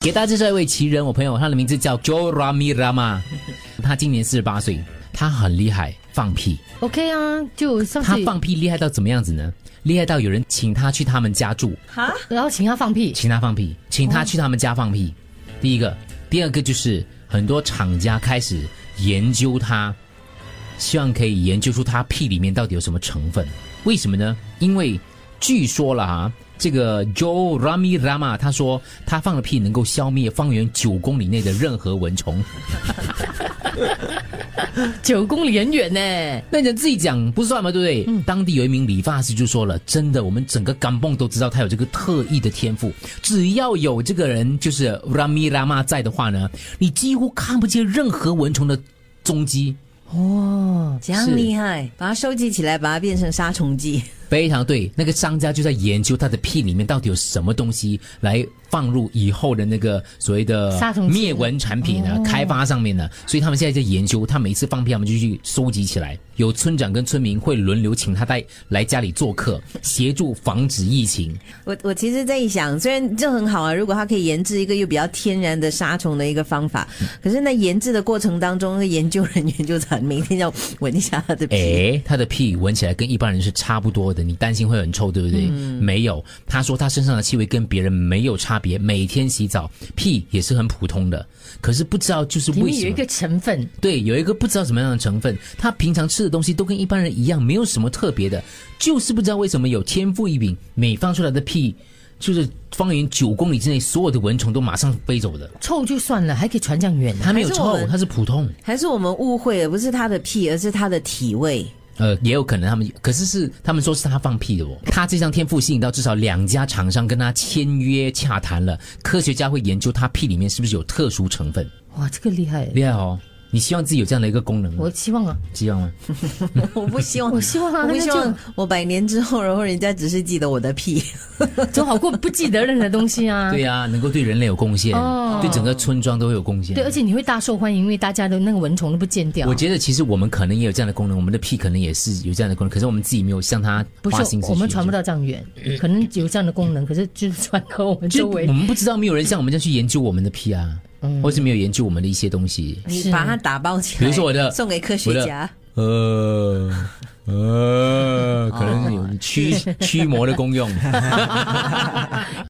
给大家介绍一位奇人，我朋友，他的名字叫 Joe Rami Rama，他今年四十八岁，他很厉害，放屁。 OK 啊，就上次他放屁厉害到怎么样子呢？厉害到有人请他去他们家住，哈，然后请他放屁，请他放屁，请他去他们家放屁。第一个，第二个就是很多厂家开始研究它，希望可以研究出它屁里面到底有什么成分。为什么呢？因为据说了啊，这个 Joe Rami Rama 他说他放的屁能够消灭方圆九公里内的任何蚊虫。九公里很远呢。那你自己讲不算嘛，对不对？当地有一名理发师就说了，真的，我们整个甘蹦都知道他有这个特异的天赋，只要有这个人就是 Rami Rama 在的话呢，你几乎看不见任何蚊虫的踪迹，哦，这样厉害，把它收集起来，把它变成杀虫剂。非常对，那个商家就在研究他的屁里面到底有什么东西来放入以后的那个所谓的杀虫剂哦灭蚊产品呢、开发上面呢，所以他们现在在研究，他每次放屁，他们就去收集起来。有村长跟村民会轮流请他带来家里做客，协助防止疫情。嗯我我其实在想，虽然这很好啊，如果它可以研制一个又比较天然的杀虫的一个方法，嗯可是那研制的过程当中，那研究人员就在每天要闻一下它的皮。诶，他的屁闻起来跟一般人是差不多的，你担心会很臭，对不对？没有，他说他身上的气味跟别人没有差别，每天洗澡，屁也是很普通的。可是不知道就是里为面什有一么，个成分，对，有一个不知道什么样的成分，他平常吃的东西都跟一般人一样，没有什么特别的，就是不知道为什么有天赋异禀，每放出来的屁就是方圆九公里之内所有的蚊虫都马上飞走的，臭就算了，还可以传这样远啊他没有 还是我臭，们他是普通。还是我们误会了，不是它的屁，而是它的体味。 呃，也有可能他们，可是是他们说是他放屁的哦。他这项天赋吸引到至少两家厂商跟他签约洽谈了，科学家会研究他屁里面是不是有特殊成分，哇，这个厉害。厉害哦！你希望自己有这样的一个功能吗？我希望啊，希望吗？我不希望，我希望啊我不那希就望我百年之后，然后人家只是记得我的屁。 总好过不记得任何东西啊。对呀、能够对人类有贡献，哦对整个村庄都会有贡献。对，而且你会大受欢迎，因为大家的那个蚊虫都不见掉我。觉得其实我们可能也有这样的功能，我们的屁可能也是有这样的功能，可是我们自己没有向它不花是心，思我们去传不研到这样远，可能有这样的功能，可是就是传到我们究，周就围嗯我。们不知道没有人像我们这样去研究我们的屁啊，或是没有研究我们的一些东西。你是把它打包起来，比如说我的送给科学家。呃哦 呃，可能有驱驱魔的功用。